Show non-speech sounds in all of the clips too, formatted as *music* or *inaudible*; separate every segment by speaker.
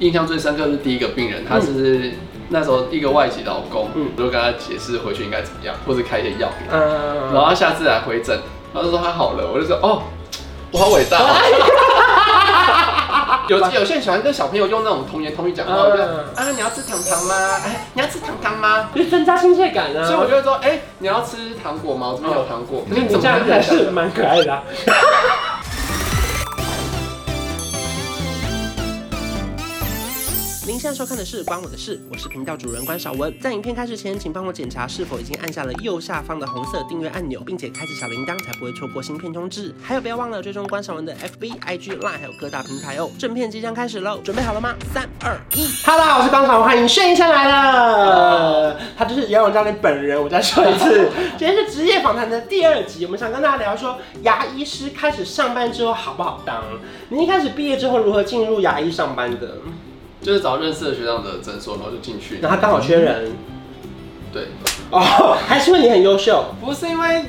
Speaker 1: 印象最深刻是第一个病人，他是那时候一个外籍劳工，
Speaker 2: 嗯
Speaker 1: 我就跟他解释回去应该怎么样，或者开一些药给他，然后
Speaker 2: 嗯，
Speaker 1: 他下次来回诊，他就说他好了，我就说哦，我好伟大、哦。
Speaker 2: *laughs*
Speaker 1: 有有些人喜欢跟小朋友用那种童言童语讲话，我就
Speaker 2: 嗯
Speaker 1: 啊你要吃糖糖吗？哎你要吃糖糖吗？
Speaker 2: 就增加亲切感啊。
Speaker 1: 所以我就会说，哎、你要吃糖果吗？我这边有糖果。
Speaker 2: 嗯可是你这样子还是 *laughs* 蛮可爱的啊、您现在收看的是《关我的事》，我是频道主人关少文。在影片开始前，请帮我检查是否已经按下了右下方的红色订阅按钮，并且开启小铃铛，才不会错过新片通知。还有，不要忘了追踪关少文的 FB、IG、Line，还有各大平台哦。正片即将开始喽，准备好了吗？三、二、一哈喽，我是关少文，欢迎炫一下来了。他就是游泳教练本人，我再说一次，今天是职业访谈的第二集，我们想跟大家聊说，牙医师开始上班之后好不好当？你一开始毕业之后如何进入牙医上班的？
Speaker 1: 就是找认识的学长的诊所，然后就进去。
Speaker 2: 然后刚好缺人
Speaker 1: 对，
Speaker 2: 哦，还是因为你很优秀，
Speaker 1: 不是因为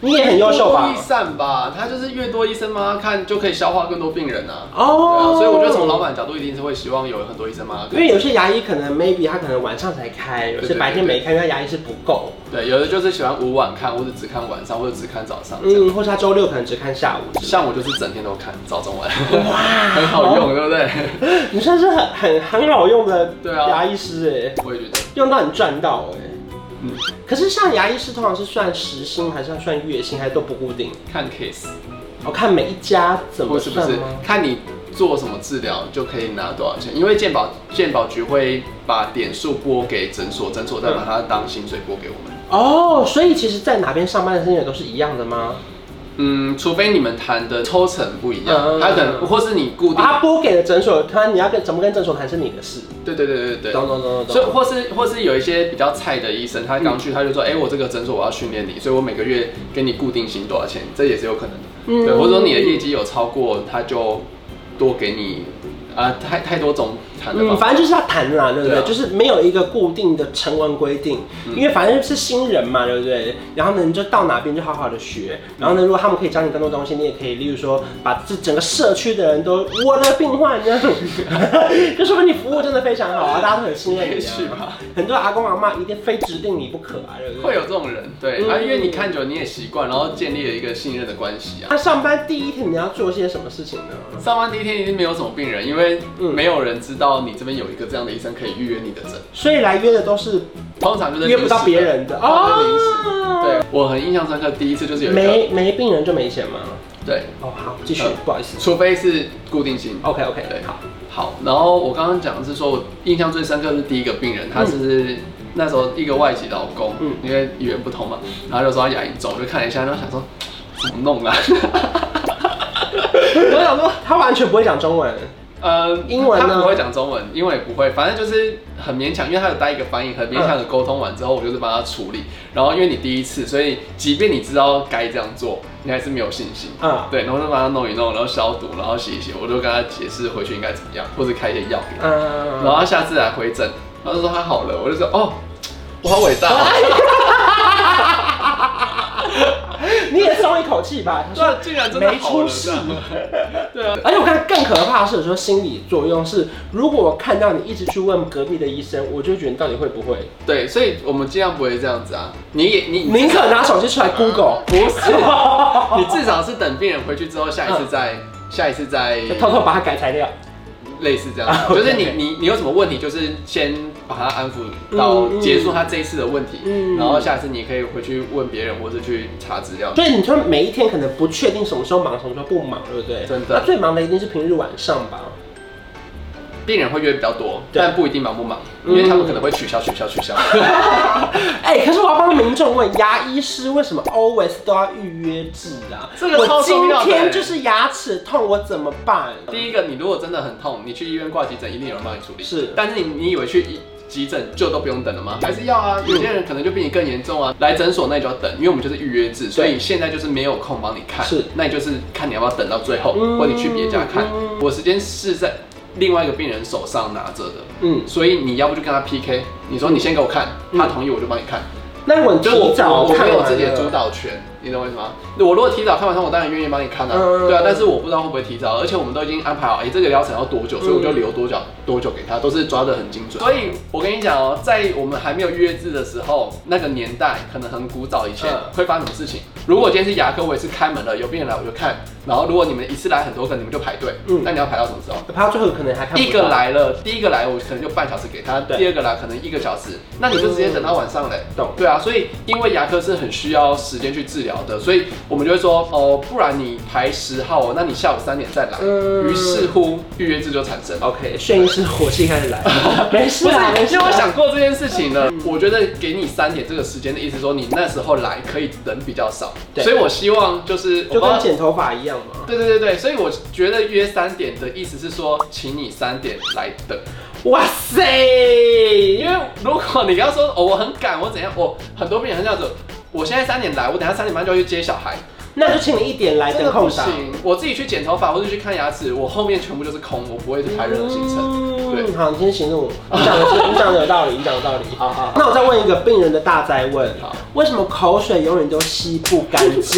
Speaker 2: 你也很优秀
Speaker 1: 多
Speaker 2: 吧
Speaker 1: 益？善吧？他就是越多医生帮他看，就可以消化更多病人啊。对啊，
Speaker 2: 哦
Speaker 1: 所以我觉得从老。板角度一定是会希望有很多医生帮他
Speaker 2: 因
Speaker 1: 看。
Speaker 2: 为有些牙医可能 maybe 他可能晚上才开，有些白天没开，那牙医是不够，
Speaker 1: 对，有的就是喜欢午晚看，或者只看晚上，或者只看早上这样。
Speaker 2: 嗯，或是他周六可能只看下午之类的。
Speaker 1: 像我就是整天都看早中晚， *laughs* 很好用，对不对？
Speaker 2: 你算是很很很好用的
Speaker 1: 对啊
Speaker 2: 牙医师哎、
Speaker 1: 我也觉得。
Speaker 2: 用到你赚到哎、
Speaker 1: 嗯
Speaker 2: 可是像牙医师通常是算时薪，还是要算月薪，还是都不固定？
Speaker 1: 看 case
Speaker 2: 我、看每一家怎
Speaker 1: 嗯或
Speaker 2: 么
Speaker 1: 是不
Speaker 2: 算
Speaker 1: 是
Speaker 2: 吗？
Speaker 1: 看你做什么治疗就可以拿多少钱，因为健保健保局会把点数拨给诊所，诊所再把它当薪水拨给我们。
Speaker 2: 哦，所以其实，在哪边上班的薪水都是一样的吗？
Speaker 1: 嗯，除非你们谈的抽成不一样，
Speaker 2: 嗯
Speaker 1: 他可能或是你固定，
Speaker 2: 啊他拨给了诊所，他你要跟怎么跟诊所谈是你的事。
Speaker 1: 对对对对对。
Speaker 2: 懂懂懂懂嗯
Speaker 1: 所以，
Speaker 2: 懂。
Speaker 1: 或是或是有一些比较菜的医生，他刚去，他就说，哎、我这个诊所我要训练你，所以我每个月给你固定薪多少钱，这也是有可能的。
Speaker 2: 嗯
Speaker 1: 对，或者说你的业绩有超过，他就多给你，啊、太太多种谈的
Speaker 2: 嗯，
Speaker 1: 方法。
Speaker 2: 反正就是要谈啦，对不对？
Speaker 1: 对啊
Speaker 2: 就是没有一个固定的成文规定，因为反正是新人嘛，对不对？然后呢，你就到哪边就好好的学。然后呢，如果他们可以教你更多东西，你也可以，例如说把这整个社区的人都我的病患这样， *laughs* 就说明你服务真的非常好啊，大家都很信任
Speaker 1: 也
Speaker 2: 你
Speaker 1: 许
Speaker 2: 啊。
Speaker 1: 吧，
Speaker 2: 很多阿公阿妈一定非指定你不可啊，对不对？
Speaker 1: 会有这种人，对，
Speaker 2: 嗯
Speaker 1: 啊，因为你看久你也习惯，然后建立了一个信任的关系啊。
Speaker 2: 他上班第一天你要做些什么事情呢？
Speaker 1: 上班第一天一定没有什么病人，因为
Speaker 2: 嗯
Speaker 1: 没有人知道你这边有一个这样的医生可以预约你的诊，
Speaker 2: 所以来约的都是
Speaker 1: 通常就是
Speaker 2: 约不
Speaker 1: 临时
Speaker 2: 到
Speaker 1: 的
Speaker 2: 别。人的
Speaker 1: 哦临
Speaker 2: 哦。
Speaker 1: 对，我很印象深刻，第一次就是有一个，
Speaker 2: 没没病人就没钱吗？
Speaker 1: 对，
Speaker 2: 哦，好，继续
Speaker 1: 嗯，
Speaker 2: 不好意思。
Speaker 1: 除非是固定薪，
Speaker 2: OK OK，
Speaker 1: 对
Speaker 2: 好，
Speaker 1: 好，然后我刚刚讲的是说，我印象最深刻是第一个病人，他是那时候一个外籍劳工，
Speaker 2: 嗯
Speaker 1: 因为语言不通嘛，然后就说他牙龈肿，我就看了一下，然后想说怎么弄啊？ *laughs*
Speaker 2: 我想说他完全不会讲中文，
Speaker 1: 呃，
Speaker 2: 英文呢
Speaker 1: 他不会讲中文，英文也不会，反正就是很勉强，因为他有带一个翻译，很勉强的沟通完之后，我就是帮他处理。然后因为你第一次，所以即便你知道该这样做，你还是没有信心。
Speaker 2: 嗯
Speaker 1: 对，然后就帮他弄一弄，然后消毒，然后洗一洗，我就跟他解释回去应该怎么样，或者开一些药给他。然后
Speaker 2: 嗯，
Speaker 1: 他下次来回诊，他就说他好了，我就说哦，我好伟大、哦，
Speaker 2: 你也松一口气吧。
Speaker 1: *laughs*
Speaker 2: 他
Speaker 1: 对
Speaker 2: 说
Speaker 1: 啊，竟然真的
Speaker 2: 没
Speaker 1: 好
Speaker 2: 出
Speaker 1: 了，
Speaker 2: 事
Speaker 1: 这样
Speaker 2: *laughs*
Speaker 1: 对啊，
Speaker 2: 而且我看更可怕的是，说心理作用是，如果我看到你一直去问隔壁的医生，我就觉得你到底会不会？
Speaker 1: 对，所以我们尽量不会这样子啊，你也你
Speaker 2: 宁可拿手机出来
Speaker 1: *laughs*
Speaker 2: Google，
Speaker 1: 不是，
Speaker 2: 哦
Speaker 1: 你至少是等病人回去之后，下一次
Speaker 2: 嗯
Speaker 1: 再。下一次再
Speaker 2: 就偷偷把它改材料。
Speaker 1: 类似这
Speaker 2: 啊
Speaker 1: 样，
Speaker 2: ，OK，
Speaker 1: 就是你你你有什么问题，就是先把他安抚到
Speaker 2: 嗯嗯
Speaker 1: 结束他这一次的问题，
Speaker 2: 嗯
Speaker 1: 然后下一次你可以回去问别人，或是去查资料。
Speaker 2: 所以你说每一天可能不确定什么时候忙，什么时候不忙，对不对？
Speaker 1: 真的
Speaker 2: 那最忙的一定是平日晚上吧？
Speaker 1: 病人会约比较多，
Speaker 2: 对
Speaker 1: 但不一定忙不忙，因为他们可能会取消取消取消。
Speaker 2: 哎、可是我要帮民众问，牙医师为什么 always 都要预约制啊？
Speaker 1: 这个超
Speaker 2: 我今
Speaker 1: 重要的
Speaker 2: 天就是牙齿痛，我怎么办？
Speaker 1: 第一个，你如果真的很痛，你去医院挂急诊，一定有人帮你处理。
Speaker 2: 是
Speaker 1: 但是你你以为去医急诊就都不用等了吗？还是要啊，有些人可能就比你更严重啊，来诊所那你就要等，因为我们就是预约制，所以现在就是没有空帮你看，
Speaker 2: 是，
Speaker 1: 那你就是看你要不要等到最后，
Speaker 2: 嗯
Speaker 1: 或你去别家看
Speaker 2: 嗯。
Speaker 1: 我时间是在另外一个病人手上拿着的，
Speaker 2: 嗯，
Speaker 1: 所以你要不就跟他 PK，你说你先给我看，
Speaker 2: 嗯
Speaker 1: 他同意我就帮你看，
Speaker 2: 那我
Speaker 1: 就是我
Speaker 2: 提早
Speaker 1: 我我
Speaker 2: 看
Speaker 1: 没有
Speaker 2: 完
Speaker 1: 自己的主
Speaker 2: 了，
Speaker 1: 导权，你懂我意思吗？我如果提早看完通，我当然愿意帮你看啊，
Speaker 2: 嗯
Speaker 1: 对啊，但是我不知道会不会提早，而且我们都已经安排好，哎、这个疗程要多久，所以我就留多久、多久给他，都是抓得很精准。嗯所以我跟你讲哦、在我们还没有约制的时候，那个年代可能很古早以前、
Speaker 2: 嗯
Speaker 1: 会发生什么事情？如果今天是牙科，我也是开门了，有病人来我就看，然后如果你们一次来很多个，你们就排队，
Speaker 2: 嗯
Speaker 1: 那你要排到什么时候？
Speaker 2: 排到最后可能还看不到
Speaker 1: 一个，来了，第一个来我可能就半小时给他，
Speaker 2: 对
Speaker 1: 第二个来可能一个小时，那你就直接等到晚上嘞。
Speaker 2: 懂
Speaker 1: 对啊，所以因为牙科是很需要时间去治疗的，所以我们就会说哦，不然你排十号哦，那你下午三点再来。
Speaker 2: 嗯
Speaker 1: 于是乎预约制就产生了。
Speaker 2: OK，眩晕是火气开始来了， *laughs* 没事
Speaker 1: 不是
Speaker 2: 啊，没，事
Speaker 1: 因为
Speaker 2: 啊。
Speaker 1: 我想过这件事情呢。
Speaker 2: 嗯
Speaker 1: 我觉得给你三点这个时间的意思，说你那时候来可以人比较少，
Speaker 2: 对
Speaker 1: 所以我希望就是
Speaker 2: 就
Speaker 1: 我
Speaker 2: 跟
Speaker 1: 帮
Speaker 2: 剪头发一样嘛。
Speaker 1: 对对对对，所以我觉得约三点的意思是说，请你三点来等。
Speaker 2: 哇塞，
Speaker 1: 因为如果你刚说哦我很赶，我怎样，我很多病人很想走，我现在三点来，我等下三点半就要去接小孩，
Speaker 2: 那就请你一点来
Speaker 1: 这
Speaker 2: 等
Speaker 1: 个不
Speaker 2: 哎空档。
Speaker 1: 行。我自己去剪头发或者去看牙齿，我后面全部就是空，我不会去排任何行程。对
Speaker 2: 嗯，好，你先行动。你讲的是，你讲的有道理，你讲的有道理。
Speaker 1: 好好好
Speaker 2: 那我再问一个病人的大灾问
Speaker 1: 好：
Speaker 2: 为什么口水永远都吸不干
Speaker 1: *laughs*
Speaker 2: 净？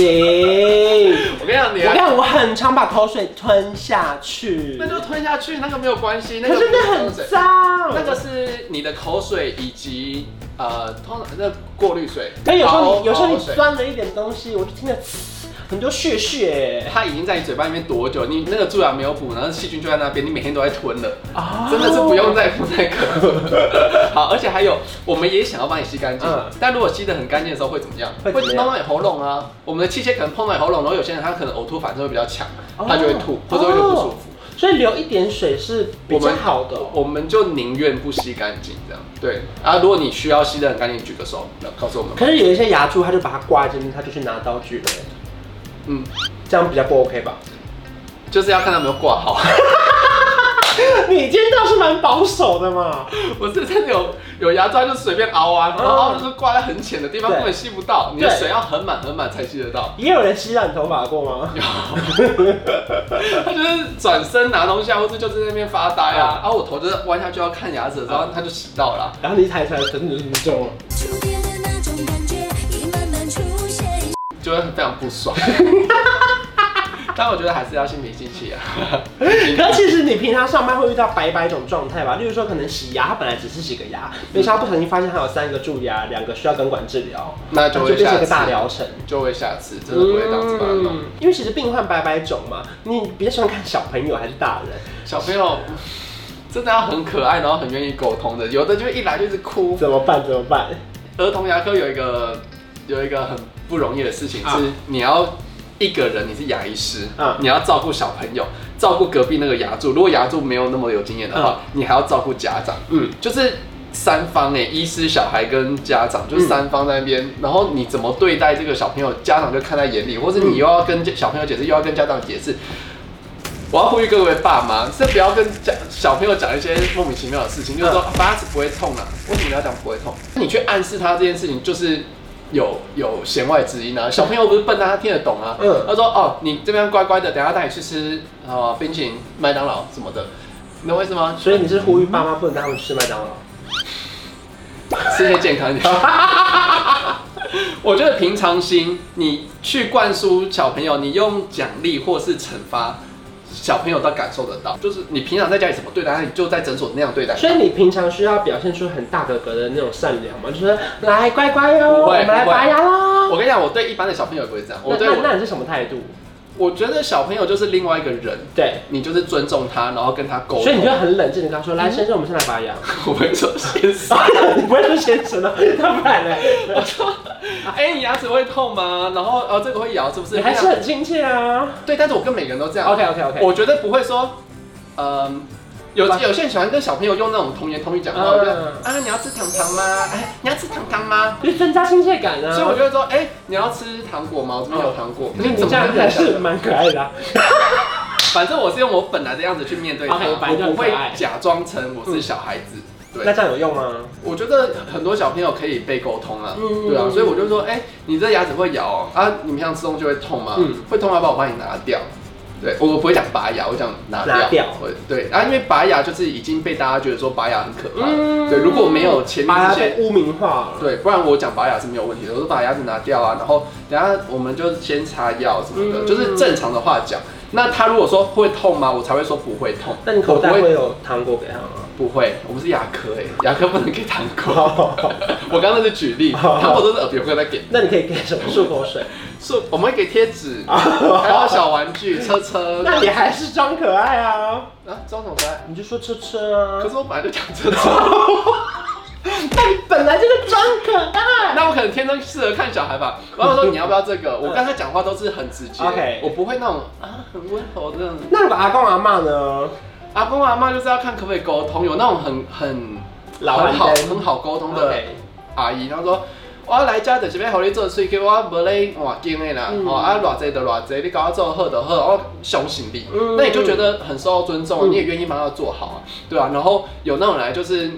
Speaker 1: 我跟你讲，你
Speaker 2: 我
Speaker 1: 啊
Speaker 2: 看我很常把口水吞下去，
Speaker 1: 那就吞下去，那个没有关系，那
Speaker 2: 可
Speaker 1: 个
Speaker 2: 是那
Speaker 1: 不
Speaker 2: 很
Speaker 1: 是口水
Speaker 2: 脏。
Speaker 1: 那个是你的口水以及呃，通常那过滤水。
Speaker 2: 但有时候
Speaker 1: 熬
Speaker 2: 你有时候
Speaker 1: 熬
Speaker 2: 你
Speaker 1: 水
Speaker 2: 钻了一点东西，我就听着呲很多血血。
Speaker 1: 它已经在你嘴巴里面多久？你那个蛀牙没有补，然后细菌就在那边，你每天都在吞了。
Speaker 2: 啊
Speaker 1: 真的是不用再敷那个。好，而且还有，我们也想要帮你吸干净，
Speaker 2: 嗯
Speaker 1: 但如果吸得很干净的时候会怎么样？
Speaker 2: 会怎么样
Speaker 1: 弄到你喉咙啊。我们的器械可能碰到你喉咙，然后有些人他可能呕吐反应会比较强，
Speaker 2: 哦
Speaker 1: 他就会吐，或者会觉得不舒服。
Speaker 2: 所以留一点水是比
Speaker 1: 我
Speaker 2: 较
Speaker 1: 们
Speaker 2: 好的哦、
Speaker 1: 我们就宁愿不吸干净这样。对啊，如果你需要吸得很干净，举个手，然后告诉我们。
Speaker 2: 可是有一些牙柱，他就把它挂在这边，他就去拿刀具了，
Speaker 1: 嗯，
Speaker 2: 这样比较不
Speaker 1: *laughs*
Speaker 2: OK 吧？
Speaker 1: 就是要看他有没有挂好。
Speaker 2: 你今天倒是蛮保守的嘛。
Speaker 1: *laughs* 我是真的有有牙刷就随便凹啊，然后凹就是挂在很浅的地方，
Speaker 2: 嗯对
Speaker 1: 根本吸不到。你的
Speaker 2: 对
Speaker 1: 水要很满很满才吸得到。 *laughs*
Speaker 2: 也有人吸染头发过吗？
Speaker 1: 他就是转身拿东西啊，或者就在那边发呆
Speaker 2: 嗯
Speaker 1: 啊，然后我头就是弯下去要看牙齿的时候，他就洗到了啊。
Speaker 2: 然后你一抬出来，真的是中了。
Speaker 3: 初恋的那种感觉已慢慢出现。
Speaker 1: 就会非常不爽。
Speaker 2: *laughs*
Speaker 1: 但我觉得还是要心平气气
Speaker 2: *laughs*
Speaker 1: 啊。
Speaker 2: 可是其实你平常上班会遇到百百种状态吧，例如说可能洗牙，它本来只是洗个牙，没想到不小心发现它有三个蛀牙，两个需要根管治疗，
Speaker 1: 那就会
Speaker 2: 变成一
Speaker 1: 下
Speaker 2: 个
Speaker 1: 次
Speaker 2: 大疗程。
Speaker 1: 就会下次真的不会这样子把它弄。
Speaker 2: 嗯因为其实病患百百种嘛，你比较喜欢看小朋友还是大人？
Speaker 1: 小朋友真的要很可爱，然后很愿意沟通的，有的就一来就是哭。
Speaker 2: 怎么办？怎么办？
Speaker 1: 儿童牙科有一个有一个很不容易的事情
Speaker 2: 啊
Speaker 1: 是，你要一个人你是牙医师，
Speaker 2: 嗯
Speaker 1: 你要照顾小朋友，照顾隔壁那个牙柱。如果牙柱没有那么有经验的话，你还要照顾家长，
Speaker 2: 嗯，
Speaker 1: 就是三方哎，医师、小孩跟家长，就是三方在那边。然后你怎么对待这个小朋友，家长就看在眼里，或是你又要跟小朋友解释，又要跟家长解释。我要呼吁各位爸妈，是不要跟讲小朋友讲一些莫名其妙的事情，就是说啊拔牙齿不会痛啊，为什么你要讲不会痛？你去暗示他这件事情，就是有有弦外之音啊。小朋友不是笨啊，他听得懂啊。
Speaker 2: 嗯
Speaker 1: 他说哦，你这边乖乖的，等一下带你去吃呃冰淇淋、麦当劳什么的，你懂我意思吗？
Speaker 2: 所以你是呼吁爸妈不能带他们吃麦当劳？
Speaker 1: 吃一些健康一点。 *laughs* 我觉得平常心，你去灌输小朋友，你用奖励或是惩罚，小朋友都感受得到。就是你平常在家里怎么对待他，你就在诊所那样对待。
Speaker 2: 所以你平常需要表现出很大哥哥的那种善良嘛，就是来乖乖哟，
Speaker 1: 不
Speaker 2: 我
Speaker 1: 会
Speaker 2: 们来
Speaker 1: 不会
Speaker 2: 拔牙啦。
Speaker 1: 我跟你讲，我对一般的小朋友也不会这样。
Speaker 2: 那
Speaker 1: 我对
Speaker 2: 那
Speaker 1: 我，
Speaker 2: 那你是什么态度？
Speaker 1: 我觉得小朋友就是另外一个人，
Speaker 2: 对，
Speaker 1: 你就是尊重他，然后跟他沟通。
Speaker 2: 所以你就很冷静的跟他说，来先生，我们先来拔 *laughs* 牙。
Speaker 1: 我会说 *laughs* 先生，
Speaker 2: 你不会说先生啊，那不然 *laughs* 呢？
Speaker 1: 我说，哎、你牙齿会痛吗？然后呃，这个会咬是不是？
Speaker 2: 你还是很亲切啊。
Speaker 1: 对，但是我跟每个人都这样。
Speaker 2: OK OK OK。
Speaker 1: 我觉得不会说，嗯，有
Speaker 2: 吧
Speaker 1: 有些人喜欢跟小朋友用那种童言童语讲话，
Speaker 2: 嗯
Speaker 1: 我觉得啊，你要吃糖糖吗？哎，你要吃糖糖吗？
Speaker 2: 就增加亲切感啊。
Speaker 1: 所以我就会说，哎，你要吃糖果吗？我这边有糖果。
Speaker 2: 嗯你这样还是蛮可爱的啊。
Speaker 1: 反正我是用我本来的样子去面对他，
Speaker 2: OK，反正就
Speaker 1: 我
Speaker 2: 很
Speaker 1: 不会
Speaker 2: 可爱
Speaker 1: 假装成我是小孩子。
Speaker 2: 那
Speaker 1: 对，
Speaker 2: 这样有用吗？
Speaker 1: 我觉得很多小朋友可以被沟通啊，
Speaker 2: 嗯
Speaker 1: 对啊，所以我就说，哎，你这牙齿会咬哦啊？你平常吃东西会痛吗
Speaker 2: 嗯？
Speaker 1: 会痛，要不要我帮你拿掉？对，我我不会讲拔牙，我讲拿掉。
Speaker 2: 拿掉
Speaker 1: 我对，啊，因为拔牙就是已经被大家觉得说拔牙很可怕。对，如果没有前面
Speaker 2: 把
Speaker 1: 这
Speaker 2: 它
Speaker 1: 些
Speaker 2: 嗯被污名化了。
Speaker 1: 对，不然我讲拔牙是没有问题的，我说把牙齿拿掉啊，然后等下我们就先擦药什么的，
Speaker 2: 嗯
Speaker 1: 就是正常的话讲。那他如果说会痛吗？我才会说不会痛。
Speaker 2: 那你口袋
Speaker 1: 我不
Speaker 2: 会
Speaker 1: 会
Speaker 2: 有糖果给他吗？
Speaker 1: 不会？我们是牙科哎、牙科不能给糖
Speaker 2: 哦
Speaker 1: 果。 *laughs* 我刚刚那是举例，
Speaker 2: 哦
Speaker 1: 糖果都是耳鼻喉科在给，
Speaker 2: 那你可以给什么漱口水？
Speaker 1: 是我们会给贴纸， *laughs* 还有小玩具、车 *laughs* 车。
Speaker 2: *laughs* 那你还是装可爱啊！
Speaker 1: 啊，装什么乖？
Speaker 2: 你就说车车啊
Speaker 1: 可，是我本来就讲车 *laughs* 车，
Speaker 2: *laughs* 那你本来就是装可爱。
Speaker 1: 那我可能天生适合看小孩吧。然后我说你要不要这个？我刚才讲话都是很直接
Speaker 2: OK
Speaker 1: 我不会那种啊很温柔这样子。
Speaker 2: 那如果阿公阿妈呢？
Speaker 1: 阿公阿妈就是要看可不可以沟通，有那种很很
Speaker 2: 老
Speaker 1: 很好
Speaker 2: 人家
Speaker 1: 很好沟通的
Speaker 2: OK
Speaker 1: 阿姨，然后说。我要来家就是要互你做水给我无咧换金的啦，
Speaker 2: 嗯
Speaker 1: 哦啊偌济就偌济，你甲我做好就哦好，我相信你，
Speaker 2: 嗯
Speaker 1: 那你就觉得很受到尊重，啊
Speaker 2: 嗯
Speaker 1: 你也愿意帮他做好啊，对啊，然后有那种来就是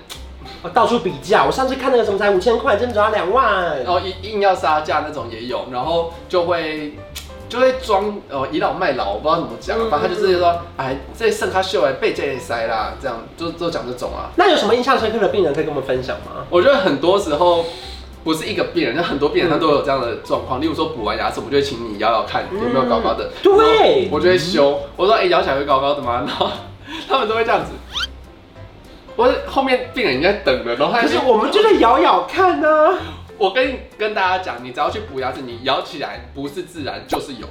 Speaker 2: 我哦到处比价，我上次看那个什么才五千块，真的只要两万。
Speaker 1: 然后硬哦硬要杀价那种也有，然后就会就会装呃倚老卖老，我不知道怎么讲
Speaker 2: 嗯，
Speaker 1: 反正他就是说，哎，这肾他秀哎被这里塞啦，这样就就讲这种啊。
Speaker 2: 那有什么印象深刻的病人可以跟我们分享吗？
Speaker 1: 我觉得很多时候不是一个病人，就很多病人他都有这样的状况。例如说补完牙齿，我就会请你摇摇看有没有高高的，
Speaker 2: 对，
Speaker 1: 嗯我就会修。我说哎、摇起来会高高的吗？然后他们都会这样子。我后面病人已经在等了，然后他
Speaker 2: 可
Speaker 1: 就是
Speaker 2: 我们就在咬咬看呢、
Speaker 1: 我跟你跟大家讲，你只要去补牙齿，你摇起来不是自然就是有。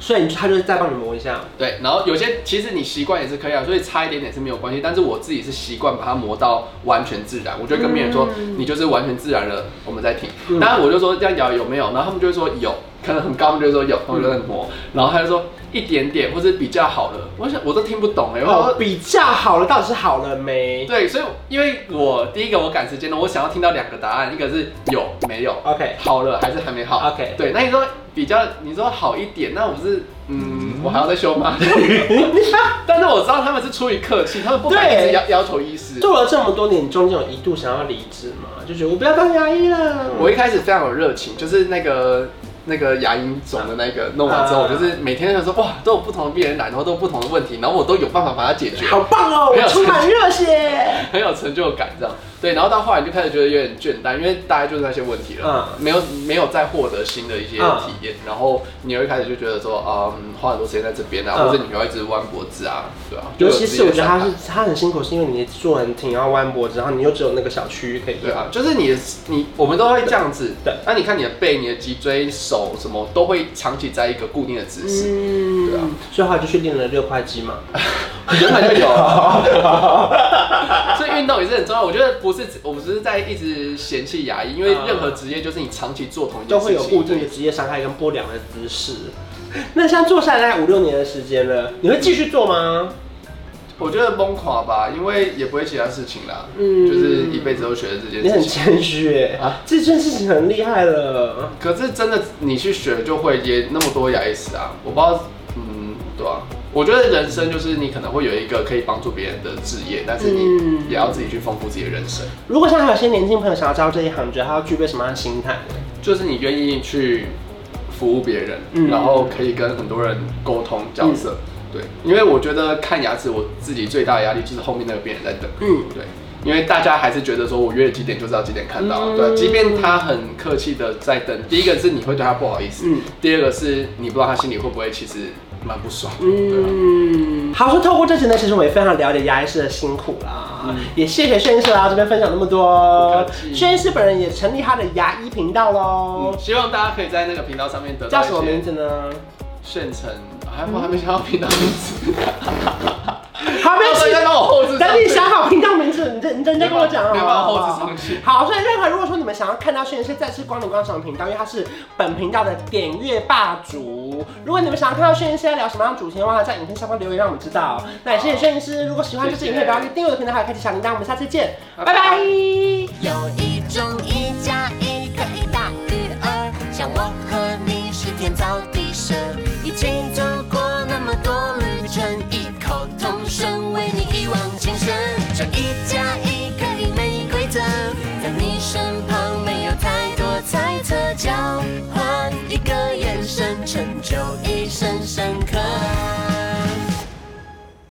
Speaker 2: 所以他就是再帮你磨一下。
Speaker 1: 对，然后有些其实你习惯也是可以啊，所以差一点点是没有关系。但是我自己是习惯把它磨到完全自然，我就会跟别人说、你就是完全自然了，我们再停
Speaker 2: 嗯。
Speaker 1: 当然我就说这样摇有没有，然后他们就会说有，可能很高，他们就会说有，他们就在磨，然后他就说一点点或者比较好了，我想我都听不懂哎、欸，我想
Speaker 2: 哦，
Speaker 1: 说。
Speaker 2: 比较好了，到底是好了没
Speaker 1: 对，所以因为我第一个我赶时间了，我想要听到两个答案，一个是有没有，
Speaker 2: ？OK，
Speaker 1: 好了还是还没好
Speaker 2: OK
Speaker 1: 对，那你说比较，你说好一点，那我不是，
Speaker 2: *laughs*
Speaker 1: 嗯，我还要再修吗？但是我知道他们是出于客气，他们不敢
Speaker 2: 对
Speaker 1: 一直要要求医师。
Speaker 2: 做了这么多年，你中间有一度想要离职吗？就觉得我不要当牙医了。
Speaker 1: 我一开始非常有热情，就是那个那个牙龈肿的那个弄完之后，
Speaker 2: 啊
Speaker 1: 我就是每天就说哇，都有不同的病人来，然后都有不同的问题，然后我都有办法把它解决， *laughs*
Speaker 2: 好棒哦，
Speaker 1: 没
Speaker 2: 我
Speaker 1: 有
Speaker 2: 充满热血。
Speaker 1: 很有成就感这样。对，然后到后来就开始觉得有点倦怠，因为大概就是那些问题了，
Speaker 2: 嗯
Speaker 1: 没有没有再获得新的一些
Speaker 2: 嗯
Speaker 1: 体验，然后你会开始就觉得说，嗯，花很多时间在这边啊，
Speaker 2: 嗯
Speaker 1: 或者你会一直弯脖子啊，对啊，就
Speaker 2: 尤
Speaker 1: 有
Speaker 2: 其
Speaker 1: 职
Speaker 2: 是
Speaker 1: 业
Speaker 2: 我觉
Speaker 1: 伤
Speaker 2: 得他
Speaker 1: 害
Speaker 2: 是他很辛苦，是因为你坐很挺，然后弯脖子，然后你又只有那个小区域可以
Speaker 1: 对
Speaker 2: 用。
Speaker 1: 啊，就是你的你，我们都会这样子。
Speaker 2: 对对
Speaker 1: 那你看你的背、你的脊椎、手什么，都会长期在一个固定的姿势，
Speaker 2: 嗯，
Speaker 1: 对啊，
Speaker 2: 所以后来就去练了六块
Speaker 1: *laughs*
Speaker 2: 肌嘛。嗯
Speaker 1: 原本就
Speaker 2: *laughs*
Speaker 1: 有。啊所以运动也是很重要。我觉得不是只，我们只是在一直嫌弃牙医，因为
Speaker 2: 啊
Speaker 1: 任何职业就是你长期做同一件
Speaker 2: 都
Speaker 1: 事情，
Speaker 2: 会有固定的职业伤害跟不良的姿势。那像做下来大概五六年的时间了，你会继续做吗？
Speaker 1: 我觉得崩垮吧，因为也不会其他事情啦，
Speaker 2: 嗯
Speaker 1: 就是一辈子都学的这件
Speaker 2: 你很
Speaker 1: 事情。
Speaker 2: 谦虚哎，
Speaker 1: 啊
Speaker 2: 这件事情很厉害了。
Speaker 1: 可是真的，你去学就会也那么多牙医师啊，我不知道，嗯，对啊，我觉得人生就是你可能会有一个可以帮助别人的职业，但是你
Speaker 2: 嗯
Speaker 1: 也要自己去丰富自己的人生，
Speaker 2: 如果像还有些年轻朋友想要知道这一行，你觉得他要具备什么样的心态？
Speaker 1: 就是你愿意去服务别人，
Speaker 2: 嗯
Speaker 1: 然后可以跟很多人沟通角色。对，因为我觉得看牙齿，我自己最大的压力就是后面那个病人在等。
Speaker 2: 嗯，
Speaker 1: 对，因为大家还是觉得说我约了几点就知道几点看到，
Speaker 2: 嗯
Speaker 1: 对啊、即便他很客气的在等，第一个是你会对他不好意思，
Speaker 2: 嗯
Speaker 1: 第二个是你不知道他心里会不会其实蛮不爽，对啊、
Speaker 2: 嗯，好，说透过这集呢，其实我也非常了解牙医师的辛苦啦，也谢谢炫医师来到这边分享那么多
Speaker 1: 嗯不客。气
Speaker 2: 炫医师本人也成立他的牙医频道喽
Speaker 1: 嗯，，希望大家可以在那个频道上面得到
Speaker 2: 叫
Speaker 1: 一
Speaker 2: 什么名
Speaker 1: 些
Speaker 2: 字呢？
Speaker 1: 炫成，还我还没想到频道名字，哦
Speaker 2: 好，没有
Speaker 1: 到时候
Speaker 2: 时
Speaker 1: 再
Speaker 2: 间
Speaker 1: 帮我后置上
Speaker 2: 等
Speaker 1: 去，
Speaker 2: 你想好频道名字，你认你认真跟我讲哦
Speaker 1: 没有办法
Speaker 2: 好不
Speaker 1: 后
Speaker 2: 好
Speaker 1: 置上去
Speaker 2: 好，所以任何如果说你们想要看到炫是再次光临光赏频道，因为他是本频道的点阅霸主。如果你们想要看到炫是在聊什么样的主题的话，在影片下方留言让我们知道。那也谢谢炫师，如果喜欢这支影片，不要忘记订阅我的频道，还有开启小铃铛。我们下次见，拜拜
Speaker 3: 有一种一加一可以大于二，像我